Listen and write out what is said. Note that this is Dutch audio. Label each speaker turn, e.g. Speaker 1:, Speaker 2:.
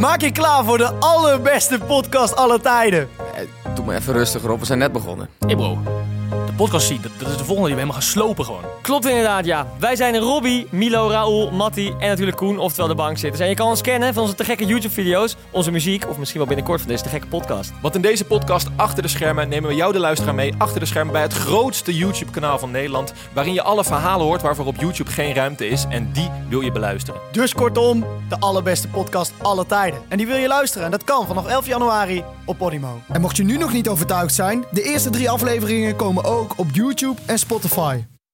Speaker 1: Maak je klaar voor de allerbeste podcast aller tijden.
Speaker 2: Eh, Doe maar even rustig, Rob. We zijn net begonnen.
Speaker 3: Hey bro, de podcast zien, dat, dat is de volgende die we helemaal gaan slopen gewoon.
Speaker 4: Klopt inderdaad, ja. Wij zijn Robbie, Milo, Raoul, Matti en natuurlijk Koen, oftewel de bankzitters. En je kan ons kennen van onze te gekke YouTube-video's, onze muziek of misschien wel binnenkort van deze te gekke podcast.
Speaker 5: Want in deze podcast Achter de Schermen nemen we jou de luisteraar mee achter de schermen bij het grootste YouTube kanaal van Nederland, waarin je alle verhalen hoort waarvoor op YouTube geen ruimte is en die wil je beluisteren.
Speaker 1: Dus kortom, de allerbeste podcast aller tijden. En die wil je luisteren en dat kan vanaf 11 januari op Podimo.
Speaker 6: En mocht je nu nog niet overtuigd zijn, de eerste drie afleveringen komen ook op YouTube en Spotify.